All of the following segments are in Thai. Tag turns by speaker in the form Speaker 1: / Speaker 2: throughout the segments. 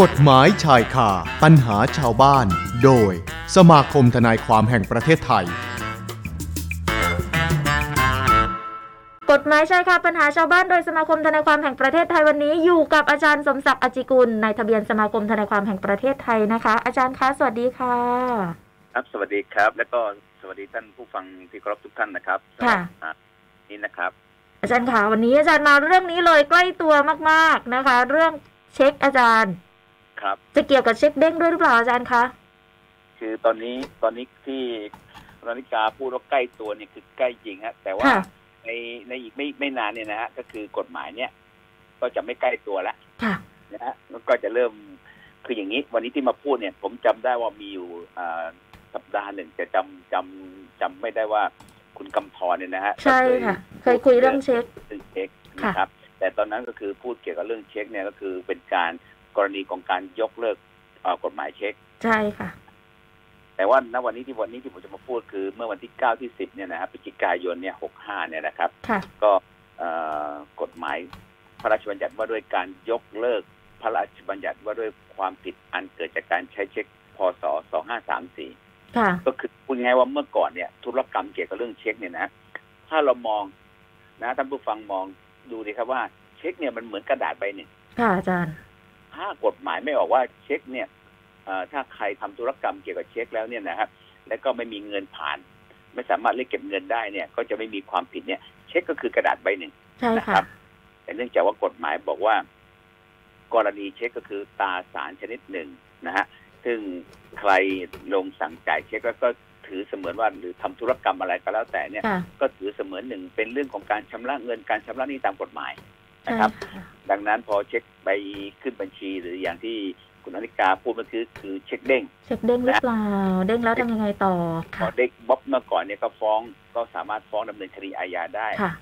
Speaker 1: กฎหมายชายคาปัญหาชาวบ้าน โดย สมาคมทนายความแห่งประเทศไทย
Speaker 2: กฎหมายชายคาปัญหาชาวบ้านโดยสมาคมทนายความแห่งประเทศไทยวันนี้อยู่กับอาจารย์สมศักดิ์อจจิกุลนายทะเบียนสมาคมทนายความแห่งประเทศไทยนะคะ อาจารย์คะสวัสดีค่ะ
Speaker 3: ครับ สวัสดีครับ แล้วก็สวัสดีท่านผู้ฟังที่เคารพทุกท่านนะครับ
Speaker 2: ค่ะ
Speaker 3: สำหรับนี่นะครับ
Speaker 2: อาจารย์คะวันนี้อาจารย์มาเรื่องนี้เลยใกล้ตัวมากๆนะคะ เรื่องเช็คอาจารย์
Speaker 3: ครับ
Speaker 2: จะเกี่ยวกับเช็คเด้งด้วยหรือเปล่าอาจารย์คะ
Speaker 3: คือตอนนี้ตอนนี้ที่รณิกาพูดว่าใกล้ตัวเนี่ยคือใกล้จริงฮะแต่ว่า
Speaker 2: ค่ะ
Speaker 3: ในในอีกไม่ไม่นานเนี่ยนะฮะก็คือกฎหมายเนี่ย ก็จะไม่ใกล้ตัวละ
Speaker 2: ค่ะ
Speaker 3: นะฮะแล้วก็จะเริ่มคืออย่างนี้ วันนี้ที่มาพูดเนี่ย ผมจำได้ว่ามีอยู่อ่าสัปดาห์หนึ่งจะจำจำจำไม่ได้ว่าคุณกำธรเนี่ยนะฮะ
Speaker 2: ใช่
Speaker 3: ก็เย
Speaker 2: ค่ะ เคยคุยเรื่องเช็ค
Speaker 3: เรื่องเช็คนะครับ แต่ตอนนั้นก็คือพูดเกี่ยวกับเรื่องเช็คเนี่ยก็คือเป็นการกรณีของการยกเลิกเอ่อกฎหมายเช็ค
Speaker 2: ใช่ค่ะ
Speaker 3: แต่ว่าณวันนี้ที่วันนี้ที่ผมจะมาพูดคือเมื่อวันที่ 9 ที่ 10 เนี่ยนะครับพฤศจิกายนเนี่ย 65 เนี่ยนะครับ
Speaker 2: ค่ะ
Speaker 3: ก็เอ่อกฎหมายพระราชบัญญัติว่าด้วยการยกเลิกพระราชบัญญัติว่าด้วยความผิดอันเกิดจากการใช้เช็ค พศ 2534
Speaker 2: ค่ะ
Speaker 3: ก็คือพูดง่ายๆว่าเมื่อก่อนเนี่ยธุรกรรมเกี่ยวกับเรื่องเช็คเนี่ยนะ ถ้าเรามองนะท่านผู้ฟังมองดูดีครับว่าเช็คเนี่ยมันเหมือนกระดาษใบหนึ่ง
Speaker 2: ค่ะอาจารย์
Speaker 3: ถ้ากฎหมายไม่ออกว่าเช็คเนี่ยเอ่อถ้าใครทำธุรกรรมเกี่ยวกับเช็คแล้วเนี่ยนะครับ แล้วก็ไม่มีเงินผ่าน ไม่สามารถเรียกเก็บเงินได้เนี่ย ก็จะไม่มีความผิดเนี่ย เช็คก็คือกระดาษใบหนึ่ง
Speaker 2: ใช่
Speaker 3: นะค
Speaker 2: ค่ะ
Speaker 3: รับ แต่เนื่องจากว่ากฎหมายบอกว่า กรณีเช็คก็คือตราสารชนิดหนึ่งนะฮะซึ่งใครลงสั่งจ่ายเช็คแล้วก็ถือเสมือนว่าหรือทำธุรกรรมอะไรก็แล้วแต่เนี่ย
Speaker 2: ค่ะ
Speaker 3: ก็ถือเสมือนหนึ่งเป็นเรื่องของการชำระเงินการชำระหนี้ตามกฎหมาย
Speaker 2: ใช่
Speaker 3: นะครับ
Speaker 2: ค่ะ
Speaker 3: ดังนั้นพอเช็คไปขึ้นบัญชีหรืออย่างที่คุณอนิกาพูดเมื่อกี้คือเช็คเด้ง
Speaker 2: เช็คเด้งหรือเปล่า เด้งแล้วทำยังไงต่อ
Speaker 3: พอ
Speaker 2: ค่ะ
Speaker 3: เด้งบ๊อบเมื่อก่อนเนี่ยก็ฟ้องก็สามารถฟ้องดำเนินคดีอาญาได้
Speaker 2: ค่ะ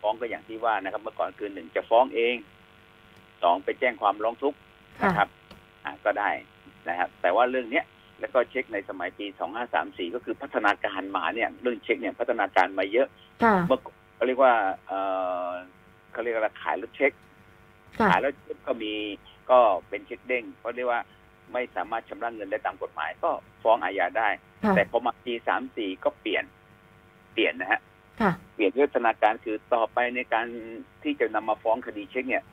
Speaker 3: ฟ้องก็อย่างที่ว่านะครับ เมื่อก่อนคือหนึ่งจะฟ้องเองสองไปแจ้งความร้องทุกข์
Speaker 2: ค่ะ
Speaker 3: นะครับอ่ะก็ได้นะครับ แต่ว่าเรื่องเนี้ยแล้วก็เช็คในสมัยปี 2534 ก็คือพัฒนาการมาเนี่ยเรื่องเช็คเนี่ยพัฒนาการมาเยอะ
Speaker 2: ค่ะ
Speaker 3: เมื่อเขาเรียกว่าเอ่อเขาเรียกว่าขายรถเช็ค
Speaker 2: ค่ะ
Speaker 3: ขายแล้วเช็คก็มีก็เป็นเช็คเด้งเพราะเรียกว่าไม่สามารถชำระเงินได้ตามกฎหมาย ก็ฟ้องอาญาได้
Speaker 2: ค่ะ
Speaker 3: แต่พอมาปี 34 ก็เปลี่ยนเปลี่ยนนะฮะ
Speaker 2: ค่ะ
Speaker 3: เปลี่ยนยุทธนาการคือต่อไปในการที่จะนำมาฟ้องคดีเช็คเนี่ย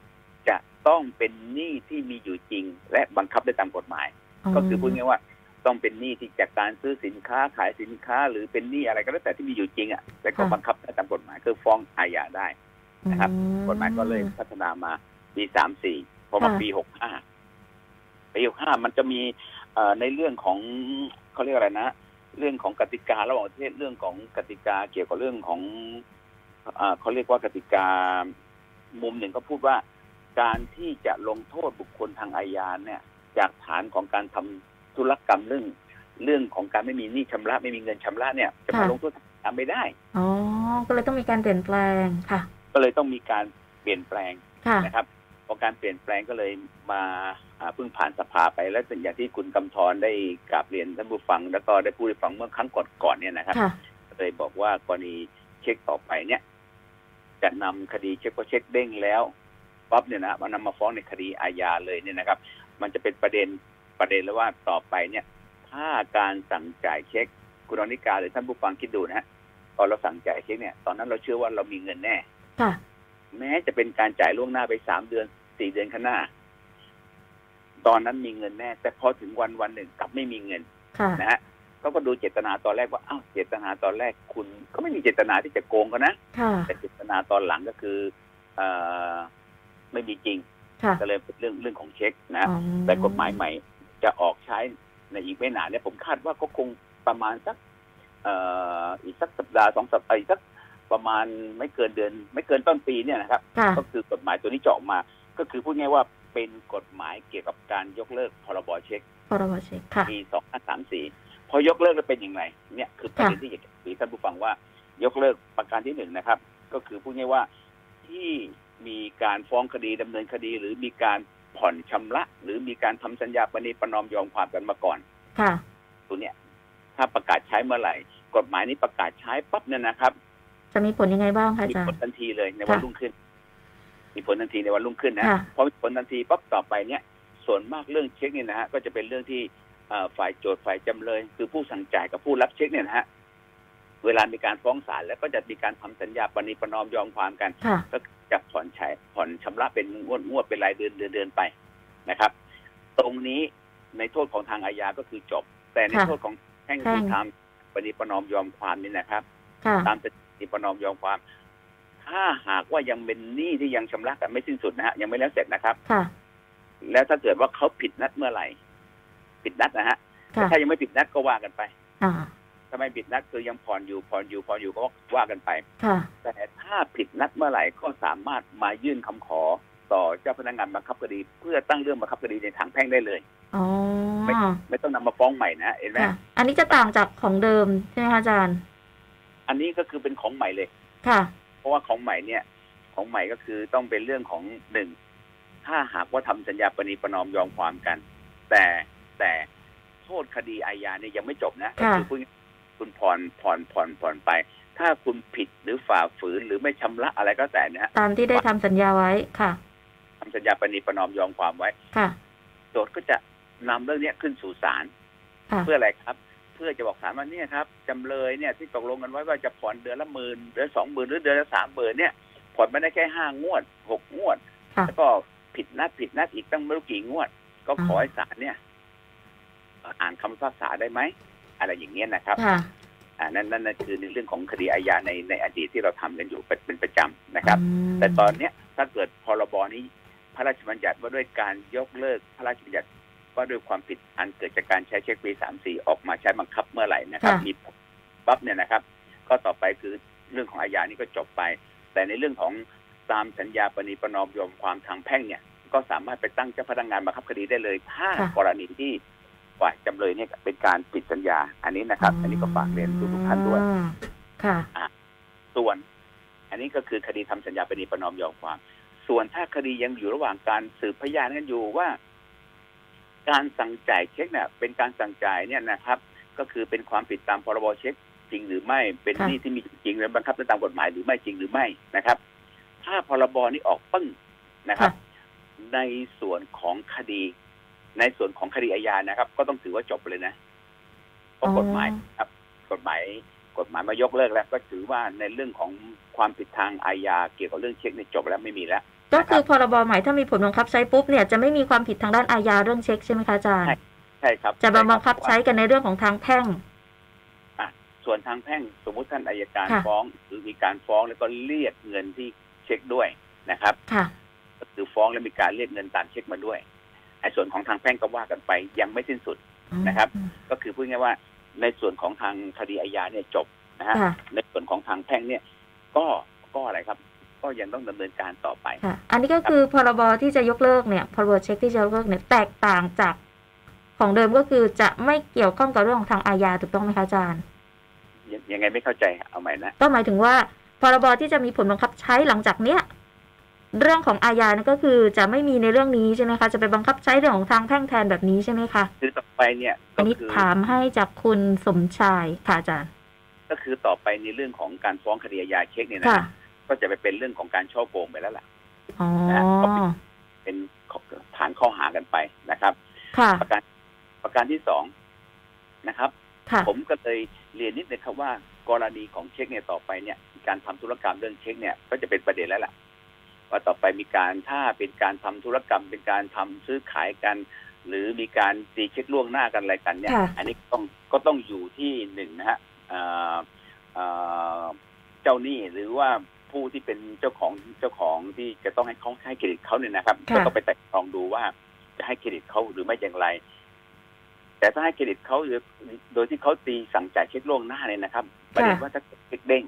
Speaker 3: จะต้องเป็นหนี้ที่มีอยู่จริง และบังคับได้ตามกฎหมาย ก็คือพูดง่ายๆว่า ต้องเป็นหนี้ที่จากการซื้อสินค้าขายสินค้า หรือเป็นหนี้อะไรก็แล้วแต่ที่มีอยู่จริงอ่ะและก็
Speaker 2: ค่ะ
Speaker 3: บังคับได้ตามกฎหมายคือฟ้องอาญาได้ นะครับ
Speaker 2: อื
Speaker 3: กฎหมายก็เลยพัฒนามาปีสามสี่พอมา
Speaker 2: ค่ะ
Speaker 3: ปีหกห้าปีหกห้ามันจะมีเอ่อในเรื่องของเขาเรียกอะไรนะ เรื่องของกติการะหว่างประเทศเรื่องของกติกาเกี่ยวกับเรื่องของเอ่อเขาเรียกว่ากติกามุมหนึ่งก็พูดว่า การที่จะลงโทษบุคคลทางอาญาเนี่ย จากฐานของการทำธุรกรรมเรื่อง เรื่องของการไม่มีหนี้ชำระไม่มีเงินชำระเนี่ย จะมาลงโทษทางอาญาไม่ได้
Speaker 2: อ๋อ ก็เลยต้องมีการเปลี่ยนแปลงค่ะ
Speaker 3: ก็เลยต้องมีการเปลี่ยนแปลง
Speaker 2: ค่ะ
Speaker 3: นะครับพอการเปลี่ยนแปลงก็เลยมาอ่าเพิ่งผ่านสภาไปและเป็นอย่างที่คุณกำธรได้กราบเรียนท่านผู้ฟัง แล้วก็ได้พูดให้ฟังเมื่อครั้งก่อนๆเนี่ยนะครับ
Speaker 2: ค่ะ
Speaker 3: เลยบอกว่ากรณีเช็คต่อไปเนี่ย จะนำคดีเช็คก็เช็คเด้งแล้วปั๊บเนี่ยนะมันนำมาฟ้องในคดีอาญาเลยเนี่ยนะครับ มันจะเป็นประเด็นประเด็นแล้วว่าต่อไปเนี่ย ถ้าการสั่งจ่ายเช็คคุณอนิกาหรือท่านผู้ฟังคิดดูนะฮะตอนเราสั่งจ่ายเช็คเนี่ยตอนนั้นเราเชื่อว่าเรามีเงินแน่
Speaker 2: ค่ะ
Speaker 3: แม้จะเป็นการจ่ายล่วงหน้าไปสามเดือนสี่เดือนข้างหน้า ตอนนั้นมีเงินแน่ แต่พอถึงวันวันหนึ่งกลับไม่มีเงิน
Speaker 2: ค่ะ
Speaker 3: นะฮะเขาก็ดูเจตนาตอนแรกว่าอ้าวเจตนาตอนแรกคุณ ก็ไม่มีเจตนาที่จะโกงกันนะ
Speaker 2: ค่ะ
Speaker 3: แต่เจตนาตอนหลังก็คือเออไม่มีจริง
Speaker 2: ค่ะ
Speaker 3: ก็เลยเป็นเรื่องเรื่องของเช็คนะฮะ
Speaker 2: อ๋อ
Speaker 3: แต่กฎหมายใหม่จะออกใช้ในอีกไม่นานเนี่ยผมคาดว่าก็คงประมาณสักเอ่ออีกสักสัปดาห์สองสัปดาห์อีกสักประมาณไม่เกินเดือน ไม่เกินต้นปีเนี่ยนะครับ
Speaker 2: ค่ะ
Speaker 3: ก็คือกฎหมายตัวนี้จะออกมา ก็คือพูดง่ายๆว่าเป็นกฎหมายเกี่ยวกับการยกเลิกพรบเช็ค
Speaker 2: พรบเช็คค่ะ
Speaker 3: ปี2534 พอยกเลิกแล้วเป็นอย่างไรเนี่ยคือประเด็นที่อยากจะคุยท่านผู้ฟังว่า ยกเลิกประการที่หนึ่งนะครับ ก็คือพูดง่ายๆว่าที่มีการฟ้องคดีดำเนินคดี หรือมีการผ่อนชำระ หรือมีการทำสัญญาปณีประนอมยอมความกันมาก่อน
Speaker 2: ค่ะ
Speaker 3: ตัวเนี้ยถ้าประกาศใช้เมื่อไหร่ กฎหมายนี้ประกาศใช้ปั๊บเนี่ยนะครับ
Speaker 2: จะมีผลยังไงบ้างคะอา
Speaker 3: มี
Speaker 2: จาร
Speaker 3: ผล
Speaker 2: ย์
Speaker 3: ทันทีเลยในวัน
Speaker 2: ค่ะ
Speaker 3: รุ่งขึ้น มีผลทันทีในวันรุ่งขึ้นนะ
Speaker 2: ค่ะ
Speaker 3: พอมีผลทันทีปั๊บต่อไปเนี่ย ส่วนมากเรื่องเช็คเนี่ยนะฮะก็จะเป็นเรื่องที่เอ่อฝ่ายโจทย์ฝ่ายจำเลย คือผู้สั่งจ่ายกับผู้รับเช็คเนี่ยนะฮะเวลามีการฟ้องศาลแล้วก็จะมีการทำสัญญาปณิประนอมยอมความกัน
Speaker 2: ค่ะ
Speaker 3: ก็จะผ่อนใช้ผ่อนชำระเป็นงวดงวดเป็นรายเดือนเดือนเดือนไปนะครับ ตรงนี้ในโทษของทางอาญาก็คือจบ แต่ใน
Speaker 2: ค่ะ
Speaker 3: โทษของแพ่ง
Speaker 2: แพ่ง
Speaker 3: คือทำปณิประนอมยอมความนี่นะครับ
Speaker 2: ค่ะ
Speaker 3: ตามปฏิประนอมยอมความ ถ้าหากว่ายังเป็นหนี้ที่ยังชำระกันไม่สิ้นสุดนะฮะยังไม่แล้วเสร็จนะครับ
Speaker 2: ค่ะ
Speaker 3: แล้วถ้าเกิดว่าเขาผิดนัดเมื่อไหร่ ผิดนัดนะฮะ
Speaker 2: ค่ะ
Speaker 3: ถ้ายังไม่ผิดนัดก็ว่ากันไป
Speaker 2: อ่า
Speaker 3: ถ้าไม่ผิดนัดคือยังผ่อนอยู่ผ่อนอยู่ผ่อนอยู่ก็ว่ากันไป
Speaker 2: ค่ะ
Speaker 3: แต่ถ้าผิดนัดเมื่อไหร่ก็สามารถมายื่นคำขอต่อเจ้าพนักงานบังคับคดี เพื่อตั้งเรื่องบังคับคดีในทางแพ่งได้เลย
Speaker 2: อ๋อ
Speaker 3: ไม่ต้องนำมาฟ้องใหม่นะเห็นไหม
Speaker 2: ค่ะ อันนี้จะต่างจากของเดิมใช่ไหมคะอาจารย์
Speaker 3: อันนี้ก็คือเป็นของใหม่เลย
Speaker 2: ค่ะ
Speaker 3: เพราะว่าของใหม่เนี่ย ของใหม่ก็คือต้องเป็นเรื่องของหนึ่งถ้าหากว่าทำสัญญาปณีประนอมยอมความกัน แต่แต่โทษคดีอาญาเนี่ยยังไม่จบนะก็
Speaker 2: ค่ะ
Speaker 3: คือคุณคุณผ่อนผ่อนผ่อนผ่อนไป ถ้าคุณผิดหรือฝ่าฝืนหรือไม่ชำระอะไรก็แต่นะฮะ
Speaker 2: ตามที่ได้ทำสัญญาไว้ ค่ะ
Speaker 3: ทำสัญญาปณีประนอมยอมความไว้
Speaker 2: ค่ะ
Speaker 3: โจทย์ก็จะนำเรื่องเนี้ยขึ้นสู่ศาล
Speaker 2: ค่ะ
Speaker 3: เพื่ออะไรครับ เพื่อจะบอกศาลว่าเนี่ยครับจำเลยเนี่ยที่ตกลงกันไว้ว่าจะผ่อนเดือนละหมื่นเดือนสองหมื่นหรือเดือนละสามหมื่นเนี่ยผ่อนไม่ได้แค่ห้างวดหกงวด
Speaker 2: ค่ะ
Speaker 3: แล้วก็ผิดนัดผิดนัดอีกตั้งไม่รู้กี่งวด ก็ขอให้ศาลเนี่ย อ่านคำพิพากษาได้ไหมอะไรอย่างเงี้ยนะครับ
Speaker 2: ค่ะ
Speaker 3: อ่านั่นนั่นนั่นคือในเรื่องของคดีอาญาในในอดีตที่เราทำกันอยู่เป็นเป็นประจำนะครับ แต่ตอนเนี้ยถ้าเกิดพรบนี้ พระราชบัญญัติว่าด้วยการยกเลิกพระราชบัญญัติว่าด้วยความผิดอันเกิดจากการใช้เช็คปีสามสี่ออกมาใช้บังคับเมื่อไหร่นะครับ
Speaker 2: ค่ะ
Speaker 3: มีปั๊บเนี่ยนะครับ ก็ต่อไปคือเรื่องของอาญานี่ก็จบไป แต่ในเรื่องของตามสัญญาปณีประนอมยอมความทางแพ่งเนี่ย ก็สามารถไปตั้งเจ้าพนักงานบังคับคดีได้เลย ถ้า
Speaker 2: ค่ะ
Speaker 3: กรณีที่ฝ่ายจำเลยเนี่ยเป็นการผิดสัญญา อันนี้นะครับ อันนี้ก็ฝากเรียนทุกๆท่านด้วย
Speaker 2: อืมค่ะ
Speaker 3: ส่วน อันนี้ก็คือคดีทำสัญญาปณีประนอมยอมความ ส่วนถ้าคดียังอยู่ระหว่างการสืบพยานกันอยู่ว่า การสั่งจ่ายเช็คเนี่ยเป็นการสั่งจ่ายเนี่ยนะครับ ก็คือเป็นความผิดตามพรบเช็คจริงหรือไม่เป็น
Speaker 2: ค่ะ
Speaker 3: หนี้ที่มีจริงและบังคับตามกฎหมายหรือไม่จริงหรือไม่นะครับ ถ้าพรบนี้ออกปึ้งนะครับ ในส่วนของคดี ในส่วนของคดีอาญานะครับ ก็ต้องถือว่าจบไปเลยนะเพราะกฎหมายครับ กฎหมาย กฎหมายมายกเลิกแล้ว ก็ถือว่าในเรื่องของความผิดทางอาญาเกี่ยวกับเรื่องเช็คเนี่ยจบแล้วไม่มีแล้ว
Speaker 2: ก็คือพรบใหม่ถ้ามีผลบังคับใช้ปุ๊บเนี่ยจะไม่มีความผิดทางด้านอาญาเรื่องเช็คใช่ไหมคะอาจารย์
Speaker 3: ใช่ครับ
Speaker 2: จะมาบังคับ
Speaker 3: ช่
Speaker 2: ใช้กันในเรื่องของทางแพ่ง
Speaker 3: ส่วนทางแพ่งสมมุติท่านอายการ
Speaker 2: ค่ะ
Speaker 3: ฟ้องหรือมีการฟ้องแล้วก็เรียกเงินที่เช็คด้วยนะครับ
Speaker 2: ค่ะ
Speaker 3: ก็คือฟ้องแล้วมีการเรียกเงินตามเช็คมาด้วยไอ้ส่วนของทางแพ่งก็ว่ากันไปยังไม่สิ้นสุด นะครับ ก็คือพูดง่ายๆว่าในส่วนของทางคดีอาญาเนี่ยจบนะฮะ
Speaker 2: ค่ะ
Speaker 3: ในส่วนของทางแพ่งเนี่ย ก็ก็อะไรครับ ก็ยังต้องดำเนินการต่อไป
Speaker 2: ค่ะ อันนี้ก็คือพรบที่จะยกเลิกเนี่ย พรบเช็คที่จะยกเลิกเนี่ยแตกต่างจากของเดิมก็คือจะไม่เกี่ยวข้องกับเรื่องของทางอาญาถูกต้องไหมคะอาจารย์
Speaker 3: ยังยังไงไม่เข้าใจเอาใหม่นะ
Speaker 2: ก็หมายถึงว่าพรบที่จะมีผลบังคับใช้หลังจากเนี้ยเรื่องของอาญาเนี่ยก็คือจะไม่มีในเรื่องนี้ใช่ไหมคะ จะไปบังคับใช้เรื่องของทางแพ่งแทนแบบนี้ใช่ไหมคะ
Speaker 3: คือต่อไปเนี่ย
Speaker 2: อั
Speaker 3: ก็
Speaker 2: นนี้
Speaker 3: คือ
Speaker 2: ถามให้จากคุณสมชายค่ะอาจารย์
Speaker 3: ก็คือต่อไปในเรื่องของการฟ้องคดีอาญาเช็คเนี่ยนะ
Speaker 2: ค่ะ
Speaker 3: ก็จะไปเป็นเรื่องของการช่อโกงไปแล้วล่ะ
Speaker 2: อ๋อ
Speaker 3: เป็นฐานข้อหากันไปนะครับ
Speaker 2: ค่ะ
Speaker 3: ประการประการที่สองนะครับ
Speaker 2: ค่ะ
Speaker 3: ผมก็เลยเรียนนิดนึงครับว่า กรณีของเช็คเนี่ยต่อไปเนี่ยการทำธุรกรรมเรื่องเช็คเนี่ยก็จะเป็นประเด็นแล้วล่ะ ว่าต่อไปมีการถ้าเป็นการทำธุรกรรมเป็นการทำซื้อขายกัน หรือมีการตีเช็คล่วงหน้ากันอะไรกันเนี่ย
Speaker 2: ค่ะ
Speaker 3: อันนี้ต้องก็ต้องอยู่ที่หนึ่งนะฮะเอ่อเอ่อเจ้าหนี้หรือว่าผู้ที่เป็นเจ้าของเจ้าของที่จะต้องให้เขาให้เครดิตเขาเนี่ยนะครับ
Speaker 2: ค่ะ
Speaker 3: ก็ต้องไปแต่ลองดูว่าจะให้เครดิตเขาหรือไม่อย่างไร แต่ถ้าให้เครดิตเขาหรือโดยที่เขาตีสั่งจ่ายเช็คล่วงหน้าเนี่ยนะครับประเด็นว่าถ้าเกิดเช็คเด้ง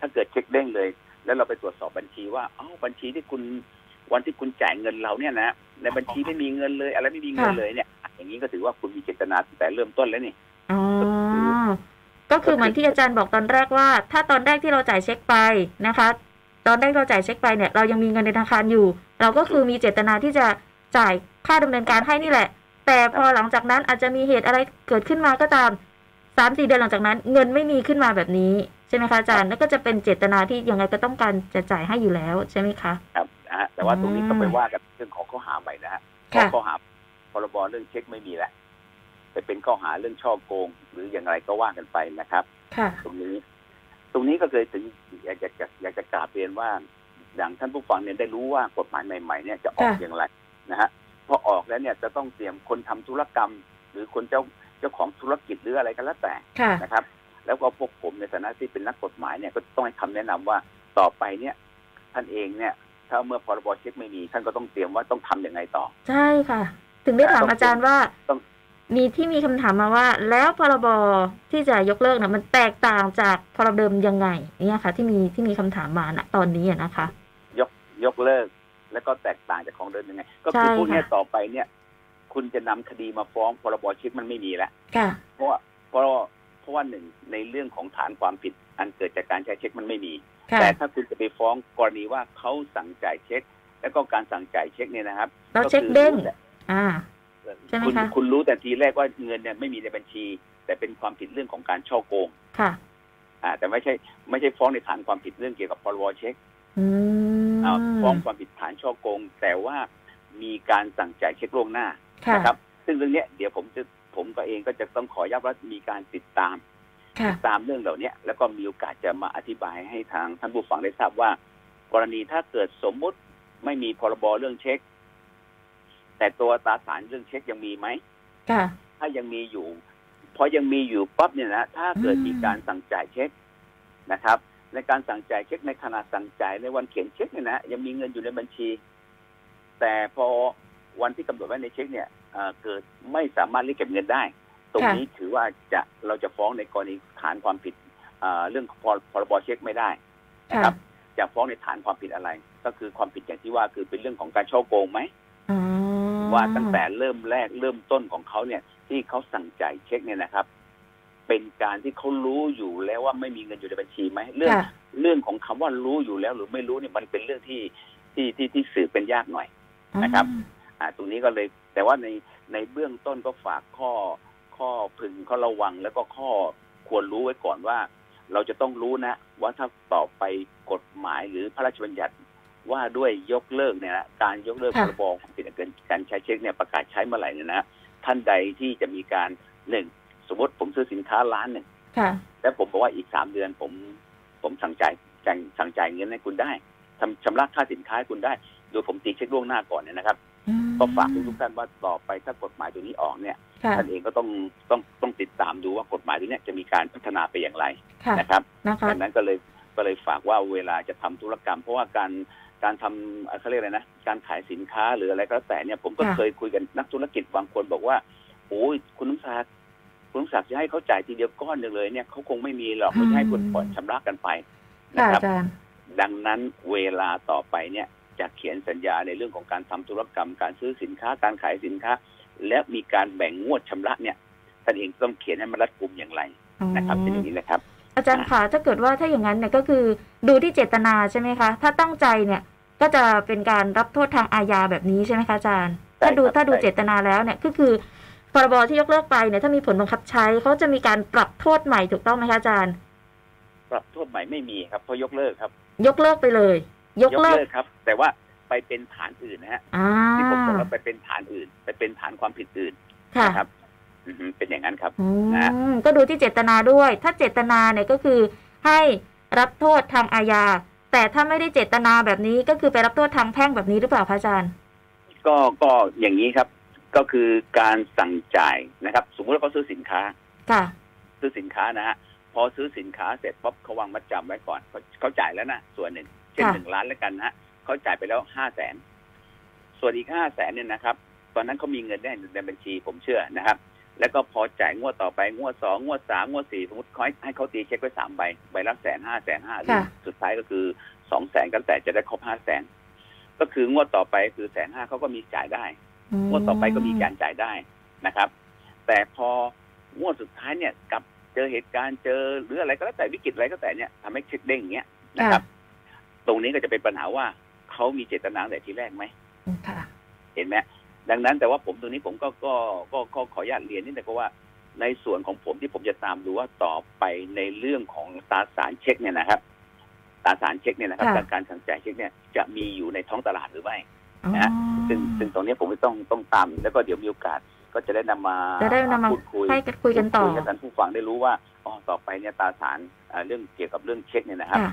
Speaker 3: ถ้าเกิดเช็คเด้งเลย แล้วเราไปตรวจสอบบัญชีว่าเอ้าบัญชีที่คุณวันที่คุณจ่ายเงินเราเนี่ยนะในบัญชีไม่มีเงินเลย อะไรไม่มีเงิน
Speaker 2: ค่ะ
Speaker 3: เลยเนี่ย อย่างนี้ก็ถือว่าคุณมีเจตนาตั้งแต่เริ่มต้นแล้วนี่
Speaker 2: อ๋อ ก็คือเหมือนที่อาจารย์บอกตอนแรกว่า ถ้าตอนแรกที่เราจ่ายเช็คไปนะคะ ตอนแรกเราจ่ายเช็คไปเนี่ยเรายังมีเงินในธนาคารอยู่ เราก็คือมีเจตนาที่จะจ่ายค่าดำเนินการให้นี่แหละ แต่พอหลังจากนั้นอาจจะมีเหตุอะไรเกิดขึ้นมาก็ตามสามสี่เดือนหลังจากนั้น เงินไม่มีขึ้นมาแบบนี้ใช่ไหมคะอาจารย์แล้วก็จะเป็นเจตนาที่ยังไงก็ต้องการจะจ่ายให้อยู่แล้วใช่ไหมคะ
Speaker 3: ครับนะฮะแต่ว่าตรงนี้
Speaker 2: อืม
Speaker 3: ก็ไปว่ากันเรื่องของข้อหาใหม่นะฮะ
Speaker 2: ค่ะ
Speaker 3: ข้อหา พรบเรื่องเช็คไม่มีแหละแต่เป็นข้อหาเรื่องช่อโกง หรืออย่างไรก็ว่ากันไปนะครับ
Speaker 2: ค่ะ
Speaker 3: ตรงนี้ ตรงนี้ก็เลยถึงอยากจะอยากจะกราบเรียนว่า อย่างท่านผู้ฟังเนี่ยได้รู้ว่ากฎหมายใหม่ๆเนี่ยจะออก
Speaker 2: ค่ะ
Speaker 3: อย่างไรนะฮะพอออกแล้วเนี่ยจะต้องเตรียมคนทำธุรกรรม หรือคนเจ้าเจ้าของธุรกิจหรืออะไรก็แล้วแต่
Speaker 2: ค่ะ
Speaker 3: นะครับแล้วก็พวกผมในฐานะที่เป็นนักกฎหมายเนี่ยก็ต้องให้คำแนะนำว่าต่อไปเนี่ย ท่านเองเนี่ย ถ้าเมื่อพรบเช็คไม่มี ท่านก็ต้องเตรียมว่าต้องทำอย่างไงต่อ
Speaker 2: ใช่ค่ะ ถึงได้ถาม
Speaker 3: ต้อง
Speaker 2: อาจารย์ว่า
Speaker 3: ต้อง
Speaker 2: มีที่มีคำถามมาว่า แล้วพรบที่จะยกเลิกนะมันแตกต่างจากพรบเดิมยังไงเนี่ยค่ะ ที่มีที่มีคำถามมาณตอนนี้อะนะคะ
Speaker 3: ยกยกเลิก แล้วก็แตกต่างจากของเดิมยังไง ก็คือ
Speaker 2: ใช่ค่ะ
Speaker 3: พวกเนี้ยต่อไปเนี่ย คุณจะนำคดีมาฟ้องพรบเช็คมันไม่มีแล้ว
Speaker 2: ค่ะ
Speaker 3: เพราะว่าเพราะว่าเพราะว่าหนึ่งในเรื่องของฐานความผิด อันเกิดจากการใช้เช็คมันไม่มี
Speaker 2: ค่ะ
Speaker 3: แต่ถ้าคุณจะไปฟ้องกรณีว่าเขาสั่งจ่ายเช็ค แล้วก็การสั่งจ่ายเช็คเนี่ยนะครับ
Speaker 2: แล้วเช็ค
Speaker 3: ก็อ
Speaker 2: เด้ง อ่า ใช่ไหม
Speaker 3: คุณ
Speaker 2: คะ
Speaker 3: คุณรู้แต่ทีแรกว่าเงินเนี่ยไม่มีในบัญชี แต่เป็นความผิดเรื่องของการช่อโกง
Speaker 2: ค่ะ
Speaker 3: อ่าแต่ไม่ใช่ไม่ใช่ฟ้องในฐานความผิดเรื่องเกี่ยวกับพรบเช็ค
Speaker 2: อืม
Speaker 3: อ่าฟ้องความผิดฐานช่อโกง แต่ว่ามีการสั่งจ่ายเช็คล่วงหน้า
Speaker 2: ค่ะ
Speaker 3: นะครับ ซึ่งเรื่องเนี้ยเดี๋ยวผมจะผมก็เองก็จะต้องขอย้ำว่ามีการติดตาม
Speaker 2: ค่ะ
Speaker 3: ตามเรื่องเหล่าเนี้ยแล้วก็มีโอกาสจะมาอธิบายให้ทางท่านผู้ฟังได้ทราบว่า กรณีถ้าเกิดสมมุติไม่มีพรบเรื่องเช็ค แต่ตัวตราสารเรื่องเช็คยังมีไหม
Speaker 2: ค่ะ
Speaker 3: ถ้ายังมีอยู่ เพราะยังมีอยู่ปั๊บเนี่ยนะถ้าเกิด
Speaker 2: อืม
Speaker 3: มีการสั่งจ่ายเช็คนะครับ ในการสั่งจ่ายเช็คในขณะสั่งจ่ายในวันเขียนเช็คเนี่ยนะยังมีเงินอยู่ในบัญชี แต่พอวันที่กำหนดไว้ในเช็คเนี่ยเอ่อเกิดไม่สามารถเรียกเก็บเงินได้ ตรงนี้ถือว่าจะเราจะฟ้องในกรณีฐานความผิดเอ่อเรื่องพรพรบเช็คไม่ได้
Speaker 2: ค่ะ
Speaker 3: นะครับ จะฟ้องในฐานความผิดอะไร ก็คือความผิดอย่างที่ว่าคือเป็นเรื่องของการช่อโกงไหม
Speaker 2: อ๋อ
Speaker 3: ว่าตั้งแต่เริ่มแรกเริ่มต้นของเขาเนี่ย ที่เขาสั่งจ่ายเช็คเนี่ยนะครับ เป็นการที่เขารู้อยู่แล้วว่าไม่มีเงินอยู่ในบัญชีไหมเรื่อง
Speaker 2: ค่ะ
Speaker 3: เรื่องของคำว่ารู้อยู่แล้วหรือไม่รู้เนี่ยมันเป็นเรื่องที่ที่ที่ที่สืบเป็นยากหน่อย นะครับ อ่าตรงนี้ก็เลย แต่ว่าในในเบื้องต้นก็ฝากข้อข้อพึงข้อระวัง แล้วก็ข้อควรรู้ไว้ก่อนว่า เราจะต้องรู้นะ ว่าถ้าต่อไปกฎหมายหรือพระราชบัญญัติว่าด้วยยกเลิกเนี่ยนะการยกเลิกพ
Speaker 2: ค่ะ
Speaker 3: รบความผิดอันเกินการใช้เช็คเนี่ยประกาศใช้เมื่อไหร่เนี่ยนะท่านใดที่จะมีการหนึ่งสมมติผมซื้อสินค้าล้านหนึ่ง
Speaker 2: ค่ะ
Speaker 3: แล้วผมบอกว่าอีกสามเดือนผมผมสั่งจ่ายจ่ายสั่งจ่ายเงินให้คุณได้ทำชำระค่าสินค้าให้คุณได้โดยผมตีเช็คล่วงหน้าก่อนเนี่ยนะครับ
Speaker 2: อืม
Speaker 3: ก็ฝากทุกๆท่านว่าต่อไปถ้ากฎหมายตัวนี้ออกเนี่ย
Speaker 2: ค่ะ
Speaker 3: ท่านเองก็ต้องต้องต้องติดตามดูว่ากฎหมายตัวเนี้ยจะมีการพัฒนาไปอย่างไร
Speaker 2: ค่ะ
Speaker 3: นะครับ
Speaker 2: นะคะ
Speaker 3: ดังนั้นก็เลยก็เลยฝากว่าเวลาจะทำธุรกรรม เพราะว่าการการทำเอ่อเขาเรียกอะไรนะการขายสินค้าหรืออะไรก็แล้วแต่เนี่ยผมก็
Speaker 2: ค่ะ
Speaker 3: เคยคุยกันนักธุรกิจบางคนบอกว่าโอ้ยคุณน้ำศักดิ์คุณน้ำศักดิ์จะให้เขาจ่ายทีเดียวก้อนหนึ่งเลยเนี่ยเขาคงไม่มีหรอกเขาจะให้คนผ่อนชำระกันไปนะ
Speaker 2: ค่ะ
Speaker 3: ครับ
Speaker 2: อาจารย์
Speaker 3: ดังนั้นเวลาต่อไปเนี่ยจะเขียนสัญญาในเรื่องของการทำธุรกรรม การซื้อสินค้าการขายสินค้า และมีการแบ่งงวดชำระเนี่ยท่านเองต้องเขียนให้มันรัดกุมอย่างไรนะครับเป็นอย่างนี้นะครับ
Speaker 2: อาจารย์คะถ้าเกิดว่าถ้าอย่างนั้นเนี่ยก็คือดูที่เจตนาใช่ไหมคะ ถ้าตั้งใจเนี่ยก็จะเป็นการรับโทษทางอาญาแบบนี้ใช่ไหมคะอาจารย์
Speaker 3: ใช่
Speaker 2: ถ้าดู
Speaker 3: ครับ
Speaker 2: ถ้าดู
Speaker 3: ใช่
Speaker 2: เจตนาแล้วเนี่ยก็คือพรบที่ยกเลิกไปเนี่ยถ้ามีผลบังคับใช้เขาจะมีการปรับโทษใหม่ถูกต้องไหมคะอาจารย์
Speaker 3: ปรับโทษใหม่ไม่มีครับเพราะยกเลิกครับ
Speaker 2: ยกเลิกไปเลย ยกเลิก
Speaker 3: ครับ แต่ว่าไปเป็นฐานอื่นนะฮะ
Speaker 2: อ่า
Speaker 3: ที่ผมบอกว่าไปเป็นฐานอื่น ไปเป็นฐานความผิดอื่น
Speaker 2: ค่ะ
Speaker 3: นะครับอือฮึเป็นอย่างนั้นครับ
Speaker 2: อื
Speaker 3: นะ
Speaker 2: มก็ดูที่เจตนาด้วย ถ้าเจตนาเนี่ยก็คือให้รับโทษทางอาญาแต่ถ้าไม่ได้เจตนาแบบนี้ก็คือไปรับโทษทางแพ่งแบบนี้หรือเปล่าคะอาจารย์
Speaker 3: ก็ก็อย่างนี้ครับ ก็คือการสั่งจ่ายนะครับ สมมติว่าเขาซื้อสินค้า
Speaker 2: ค่ะ
Speaker 3: ซื้อสินค้านะฮะพอซื้อสินค้าเสร็จปั๊บเขาวางมัดจำไว้ก่อนเขาเขาจ่ายแล้วนะส่วนหนึ่งเช่น
Speaker 2: ค่ะ
Speaker 3: หนึ่งล้านแล้วกันนะฮะเขาจ่ายไปแล้วห้าแสนส่วนอีกห้าแสนเนี่ยนะครับ ตอนนั้นเขามีเงินได้ในบัญชีผมเชื่อนะครับ แล้วก็พอจ่ายงวดต่อไปงวดสองงวดสามงวดสี่สมมติเขาให้ให้เขาตีเช็คไว้สามใบใบละแสนห้าแสนห้าสุดท้ายก็คือสองแสนก็แต่จะได้ครบห้าแสนก็คืองวดต่อไปคือแสนห้าเขาก็มีจ่ายได้ งวดต่อไปก็มีการจ่ายได้นะครับ แต่พองวดสุดท้ายเนี่ยกลับเจอเหตุการณ์เจอหรืออะไรก็แล้วแต่วิกฤตอะไรก็แต่เนี่ยทำให้เช็คเด้งอย่างเงี้ยนะครับ ตรงนี้ก็จะเป็นปัญหาว่าเขามีเจตนาตั้งแต่ทีแรกไหม
Speaker 2: ค่ะ
Speaker 3: เห็นไหมดังนั้นแต่ว่าผมตรงนี้ผมก็ก็ก็ก็ขออนุญาตเรียนนิดนึงก็ว่า ในส่วนของผมที่ผมจะตามดูว่าต่อไปในเรื่องของตราสารเช็คเนี่ยนะครับตราสารเช็คเนี่ยนะครับ
Speaker 2: ค่ะ
Speaker 3: การการสั่งจ่ายเช็คเนี่ยจะมีอยู่ในท้องตลาดหรือไม่
Speaker 2: อ๋อ
Speaker 3: นะ ซึ่งซึ่งตรงเนี้ยผมไม่ต้องต้องตามอยู่แล้วก็เดี๋ยวมีโอกาสก็จะได้นำมา
Speaker 2: จะได้นำมา
Speaker 3: พูดคุย
Speaker 2: ให้คุยกันต่อ
Speaker 3: คุยให้ท่านผู้ฟังได้รู้ว่าอ๋อต่อไปเนี่ยตราสารเอ่อเรื่องเกี่ยวกับเรื่องเช็คเนี่ยนะครับ
Speaker 2: ค่ะ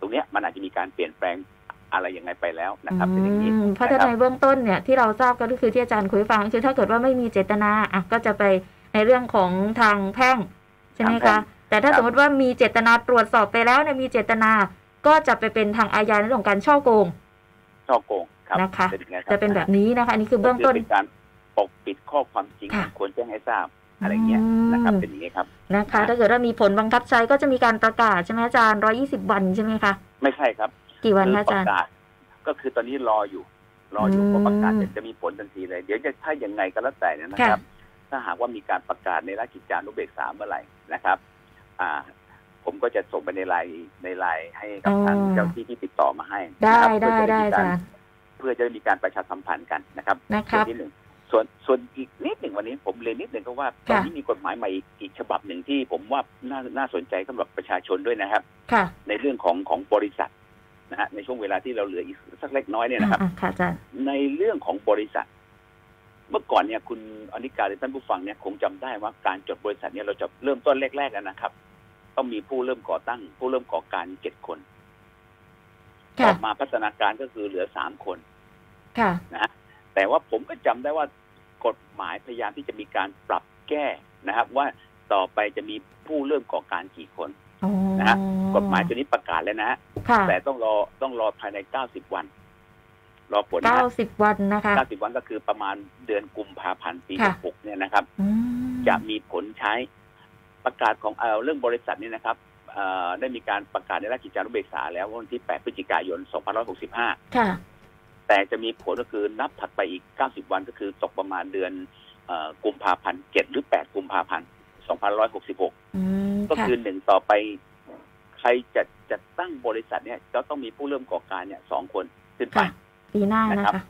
Speaker 3: ตรงเนี้ยมันอาจจะมีการเปลี่ยนแปลงอะไรยังไงไปแล้วนะครับ
Speaker 2: อื
Speaker 3: เป็นอย่างนี้
Speaker 2: มเพราะถ้า
Speaker 3: นะครับ
Speaker 2: ในเบื้องต้นเนี่ยที่เราทราบกันก็คือที่อาจารย์คุยให้ฟังคือถ้าเกิดว่าไม่มีเจตนาอ่ะก็จะไปในเรื่องของทางแพ่งใช่ไหมคะแต่ถ้าสมมติว่ามีเจตนาตรวจสอบไปแล้วเนี่ยมีเจตนาก็จะไปเป็นทางอาญาในเรื่องของการช่อโกง
Speaker 3: ช่อโกงครับ
Speaker 2: นะคะ
Speaker 3: เป็อย่างครับ
Speaker 2: จะเป็นแบบนี้นะคะอันนี้คือเบื้องต้น
Speaker 3: ก็คืเป็นการปกปิดข้อความจริง
Speaker 2: ค่ะ
Speaker 3: ควรแจ้งให้ทราบอะไรเงี้ยนะครับเป็นอย่างนี้ครับ
Speaker 2: นะคะถ้าเกิดว่ามีผลบังคับใช้ก็จะมีการประกาศใช่ไหมอาจารย์ร้อยี่สิบวันใช่ไหมคะ
Speaker 3: ไม่ใช่ครับ
Speaker 2: กี่วัน
Speaker 3: คือ
Speaker 2: คะอา
Speaker 3: ป
Speaker 2: จาร
Speaker 3: ระ
Speaker 2: ย์
Speaker 3: กาศก็คือตอนนี้รออยู่ รออยู่
Speaker 2: อืม
Speaker 3: พอประกาศเสร็จจะมีผลทันทีเลย เดี๋ยวจะถ้ายังไงก็แล้วแต่เนี่ยนะครับ ถ้าหากว่ามีการประกาศในราชกิจจานุเบกษาเมื่อไหร่นะครับ อ่า ผมก็จะส่งไปในไลน์ในไลน์ให้กับ
Speaker 2: อ๋อ
Speaker 3: ทางเจ้าที่ที่ติดต่อมาให้นะ
Speaker 2: ได้
Speaker 3: ครับ
Speaker 2: ได้ได้อา
Speaker 3: เพื่อจะมีกา
Speaker 2: จาร
Speaker 3: ร
Speaker 2: ย์
Speaker 3: เพื่อจะได้มีการประชาสัมพันธ์กันนะครับ
Speaker 2: นะค
Speaker 3: ส่ว
Speaker 2: รับ
Speaker 3: นที่หนึ่งส่วนส่วนอีกนิดหนึ่งวันนี้ผมเรียนนิดหนึ่งก็ว่าตอนนี้มีกฎหมายใหม่อีกอีกฉบับหนึ่งที่ผมว่าน่าน่าสนใจสำหรับประชาชนด้วยนะครับ
Speaker 2: ค่ะ
Speaker 3: ในเรื่องของของบริษัทนะฮะในช่วงเวลาที่เราเหลืออีกสักเล็กน้อยเนี่ยนะครับ
Speaker 2: อ่ะค่ะอาจารย์
Speaker 3: ในเรื่องของบริษัท เมื่อก่อนเนี่ยคุณอนิกาหรือท่านผู้ฟังเนี่ยคงจำได้ว่าการจดบริษัทเนี่ยเราจะเริ่มต้นแรกๆกันนะครับ ต้องมีผู้เริ่มก่อตั้ง ผู้เริ่มก่อการเจ็ดคนต่
Speaker 2: ค่ะ
Speaker 3: อมาพัฒนาการก็คือเหลือสามคน
Speaker 2: ค่ะ
Speaker 3: แต่ว่าผมก็จำได้ว่ากฎหมายพยายามที่จะมีการปรับแก้นะครับ ว่าต่อไปจะมีผู้เริ่มก่อการกี่คน
Speaker 2: อ๋อ
Speaker 3: นะฮะ กฎหมายตัวนี้ประกาศแล้วนะฮะ
Speaker 2: ค่ะ
Speaker 3: แต่ต้องรอต้องรอภายใน 90 วัน รอผลนะ
Speaker 2: เก้า
Speaker 3: ฮะ
Speaker 2: สิบวันนะคะ
Speaker 3: 90 วันก็คือประมาณเดือนกุมภาพันธ์ปี
Speaker 2: ค่ะ
Speaker 3: 66เนี่ยนะครับ
Speaker 2: อืม
Speaker 3: จะมีผลใช้ประกาศของเอ่อเรื่องบริษัทนี่นะครับเอ่อได้มีการประกาศในราชกิจจานุเบกษาแล้ววันที่ 8 พฤศจิกายน 2565
Speaker 2: ค่ะ
Speaker 3: แต่จะมีผลก็คือนับถัดไปอีก 90 วันก็คือตกประมาณเดือนเอ่อกุมภาพันธ์7หรือ 8 กุมภาพันธ์2566
Speaker 2: อืม
Speaker 3: ก็
Speaker 2: ค่ะ
Speaker 3: คือหนึ่งต่อไป ใครจะจัดตั้งบริษัทเนี่ยก็ต้องมีผู้เริ่มก่อการเนี่ยสองคนขึ้นไป
Speaker 2: ค่ะ ปีหน้านะ
Speaker 3: นะครับ
Speaker 2: คะ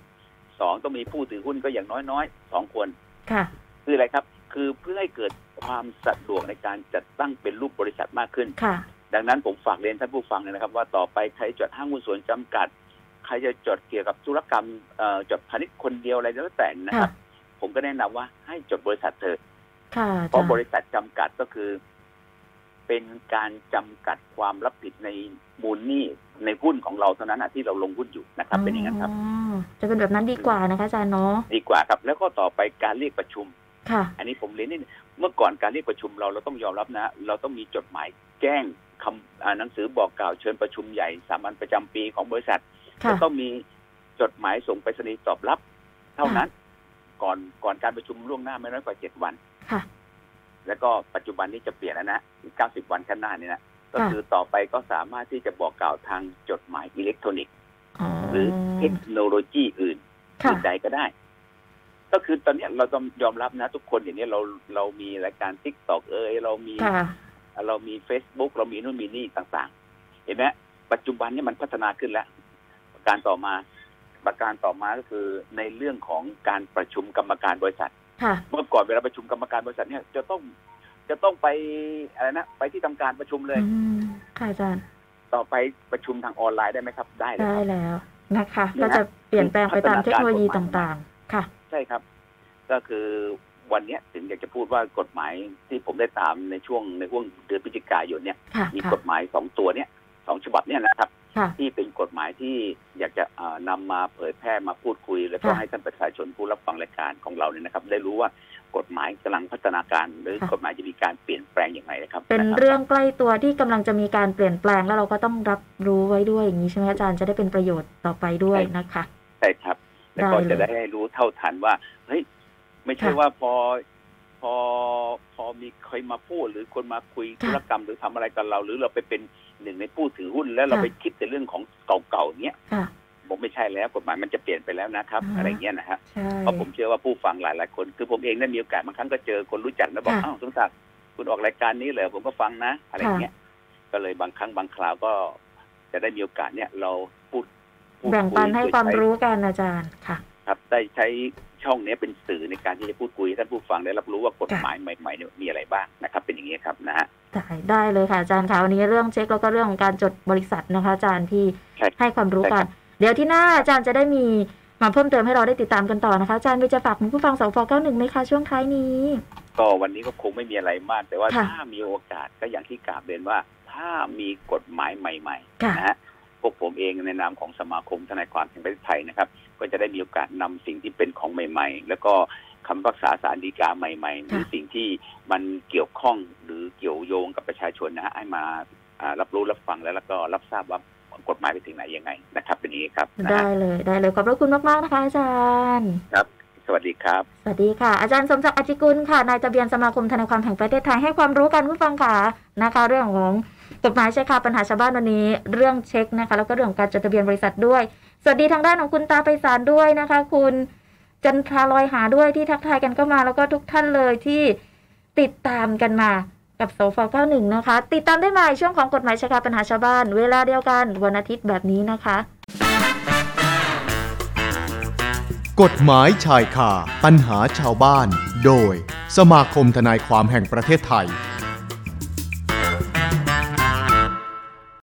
Speaker 3: สองต้องมีผู้ถือหุ้นก็อย่างน้อยๆสองคน
Speaker 2: ค่ะ
Speaker 3: คืออะไรครับ คือเพื่อให้เกิดความสะดวกในการจัดตั้งเป็นรูปบริษัทมากขึ้น
Speaker 2: ค่ะ
Speaker 3: ดังนั้นผมฝากเรียนท่านผู้ฟังเลยนะครับ ว่าต่อไปใครจดห้างหุ้นส่วนจำกัด ใครจะจดเกี่ยวกับธุรกรรมเอ่อจดพาณิชย์คนเดียวอะไรก็แล้วแต่นะค
Speaker 2: ค่ะ
Speaker 3: รับ ผมก็แนะนำว่าให้จดบริษัทเถอะ
Speaker 2: ค่ะอา
Speaker 3: เพราะ
Speaker 2: จาร
Speaker 3: บ
Speaker 2: ย์
Speaker 3: ริษัทจำกัดก็คือ เป็นการจำกัดความรับผิดในมูลหนี้ในหุ้นของเราเท่านั้นนะที่เราลงหุ้นอยู่นะครับ เป็นอย่างนั้นครับ
Speaker 2: อ๋อจะเป็นแบบนั้นดีกว่านะคะอาจารย์เนาะ
Speaker 3: ดีกว่าครับ แล้วก็ต่อไปการเรียกประชุม
Speaker 2: ค่ะ
Speaker 3: อันนี้ผมเรียนนิดนึงเมื่อก่อนการเรียกประชุมเราเราต้องยอมรับนะ เราต้องมีจดหมายแจ้งคำอ่าหนังสือบอกกล่าวเชิญประชุมใหญ่สามัญประจำปีของบริษัท
Speaker 2: ค่ะ
Speaker 3: จะต้องมีจดหมายส่งไปรษณีย์ตอบรับ เท่านั้น ก่อนก่อนการประชุมล่วงหน้าไม่น้อยกว่าเจ็ดวัน
Speaker 2: ค่ะ แล้ว
Speaker 3: ก็ปัจจุบันนี้จะเปลี่ยนแล้วนะอีก90 วันข้างหน้านี้นะ ก็
Speaker 2: ค่ะ
Speaker 3: คือต่อไปก็สามารถที่จะบอกกล่าวทางจดหมายอิเล็กทรอนิกส์
Speaker 2: อ๋อ
Speaker 3: หรือเทคโนโลยีอื่น
Speaker 2: ค่ะ
Speaker 3: อื่นใดก็ได้ ก็คือตอนเนี้ยเราต้องยอมรับนะทุกคนอย่างเนี้ยเราเรามีรายการทิกตอกเอยเรามี
Speaker 2: ค่ะ
Speaker 3: เรามี Facebook เรามีนู่นมีนี่ต่างๆ เห็นไหมปัจจุบันเนี่ยมันพัฒนาขึ้นแล้ว ประการต่อมา ประการต่อมาก็คือในเรื่องของการประชุมกรรมการบริษัท
Speaker 2: ค่ะ
Speaker 3: เมื่อก่อนเวลาประชุมกรรมการบริษัทเนี่ยจะต้องจะต้องไปอะไรนะไปที่ทำการประชุมเลย
Speaker 2: อืมค่ะอาจารย์
Speaker 3: ต่อไปประชุมทางออนไลน์ได้ไหมครับ ได้เลย
Speaker 2: ได้
Speaker 3: ครับ
Speaker 2: แล้ว นะคะ
Speaker 3: เนี่ย
Speaker 2: ก็จะเปลี่ยนแปลงไปตาม
Speaker 3: พัฒนาการ
Speaker 2: เทคโนโลยีต่างๆ ค่ะ
Speaker 3: ใช่ครับ ก็คือวันเนี้ยถึงอยากจะพูดว่ากฎหมายที่ผมได้ตามในช่วงในห่วงเดือนพฤศจิกายนเนี่ย
Speaker 2: ค่ะ
Speaker 3: มี
Speaker 2: ค่ะ
Speaker 3: กฎหมายสองตัวเนี่ยสองฉบับเนี่ยนะครับ
Speaker 2: ค่ะ
Speaker 3: ที่เป็นกฎหมายที่อยากจะเอ่อนำมาเผยแพร่มาพูดคุย แล้วก็
Speaker 2: ค่ะ
Speaker 3: ให้ท่านประชาชนผู้รับฟังรายการของเราเนี่ยนะครับ ได้รู้ว่ากฎหมายกำลังพัฒนาการ หรือ
Speaker 2: ค่ะ
Speaker 3: กฎหมายจะมีการเปลี่ยนแปลงอย่างไรนะครับ
Speaker 2: เป็นะ
Speaker 3: คบ
Speaker 2: เรื่องใกล้ตัวที่กำลังจะมีการเปลี่ยนแปลงแล้วเราก็ต้องรับรู้ไว้ด้วยอย่างนี้ใช่ไหมอาจารย์จะได้เป็นประโยชน์ต่อไปด้วยนะคะ
Speaker 3: ใช่ครับ แล้วก็
Speaker 2: ได้เลย
Speaker 3: จะได้ให้รู้เท่าทันว่าเฮ้ยไม่ใช่
Speaker 2: ค่ะ
Speaker 3: ว่าพอพอพอมีใครมาพูดหรือคนมาคุย
Speaker 2: ค่ะ
Speaker 3: ธุรกรรมหรือทำอะไรกับเรา หรือเราไปเป็นหนึ่งในผู้ถือหุ้น แล้วเรา
Speaker 2: ค่ะ
Speaker 3: ไปคิดแต่เรื่องของเก่าๆเนี้ย
Speaker 2: ค่ะ
Speaker 3: ผมไม่ใช่แล้วกฎหมายมันจะเปลี่ยนไปแล้วนะครับ
Speaker 2: อ่าฮะ
Speaker 3: อะไรเงี้ยนะฮะ
Speaker 2: ใช่
Speaker 3: เพราะผมเชื่อว่าผู้ฟังหลายๆคน คือผมเองได้มีโอกาสบางครั้งก็เจอคนรู้จักแล้วบอกอ้าวสมศักดิ์คุณออกรายการนี้เหรอผมก็ฟังนะ อะไรเงี้ยก็เลยบางครั้งบางคราวก็จะได้มีโอกาสเนี่ย เราพูดพูด
Speaker 2: แบ่งปัน
Speaker 3: ย
Speaker 2: ให้
Speaker 3: โดย
Speaker 2: ความ
Speaker 3: ใช้
Speaker 2: รู้กันอาจารย์ค่ะ
Speaker 3: ครับได้ใช้ช่องนี้เป็นสื่อในการที่จะพูดคุยให้ท่านผู้ฟังได้รับรู้ว่ากฎหมายใหม่ๆเนี่ยมีอะไรบ้างนะครับ เป็นอย่างนี้ครับนะฮะ
Speaker 2: ได้ได้เลยค่ะอาจารย์ค่ะวันนี้เรื่องเช็คแล้วก็เรื่องของการจดบริษัทนะคะอาจารย์ที่
Speaker 3: ครับ
Speaker 2: ให้ความรู้
Speaker 3: ใช่
Speaker 2: กั
Speaker 3: ค
Speaker 2: น
Speaker 3: รับ
Speaker 2: เดี๋ยวที่หน้าอาจารย์จะได้มี มาเพิ่มเติมให้เราได้ติดตามกันต่อนะคะอาจารย์มีจะฝากคุณผู้ฟังสพ91ไหมคะช่วงท้ายนี้
Speaker 3: ก็วันนี้ก็คงไม่มีอะไรมาก แต่ว่า
Speaker 2: ค่ะ
Speaker 3: ถ้ามีโอกาสก็อย่างที่กราบเรียนว่า ถ้ามีกฎหมายใหม่ ๆ
Speaker 2: ค่ะ
Speaker 3: นะฮะพวกผมเองในนามของสมาคมทนายความแห่งประเทศไทยนะครับ ก็จะได้มีโอกาสนำสิ่งที่เป็นของใหม่ ๆ แล้วก็คำพิพักษาสารดีกาใหม่ๆหรือสิ่งที่มันเกี่ยวข้องหรือเกี่ยวโยงกับประชาชนนะฮะให้มาอ่ารับรู้รับฟังแล้วแล้วก็รับทราบว่ากฎหมายไปถึงไหนยังไงนะครับเป็นอย่างนี้ครับนะ
Speaker 2: ได้
Speaker 3: ฮะ
Speaker 2: เลยได้เลยขอบพระคุณมาก ๆ นะคะอาจารย์
Speaker 3: ครับ สวัสดีครับ
Speaker 2: สวัสดีค่ะ อาจารย์สมศักดิ์อจจิกุลค่ะนายทะเบียนสมาคมทนายความแห่งประเทศไทยให้ความรู้กันผู้ฟังค่ะนะคะ เรื่องของกฎหมายใช่ค่ะปัญหาชาวบ้านวันนี้ เรื่องเช็คนะคะ แล้วก็เรื่องของการจดทะเบียนบริษัทด้วย สวัสดีทางด้านของคุณตาไปสารด้วยนะคะ คุณจันทราลอยหาด้วยที่ทักทายกันก็มา แล้วก็ทุกท่านเลยที่ติดตามกันมากับโซฟ91 นะคะ ติดตามได้ใหม่ช่วงของกฎหมายใช่ค่ะปัญหาชาวบ้าน เวลาเดียวกันวันอาทิตย์แบบนี้นะคะ
Speaker 1: กฎหมายชายคาปัญหาชาวบ้าน โดยสมาคมทนายความแห่งประเทศไทย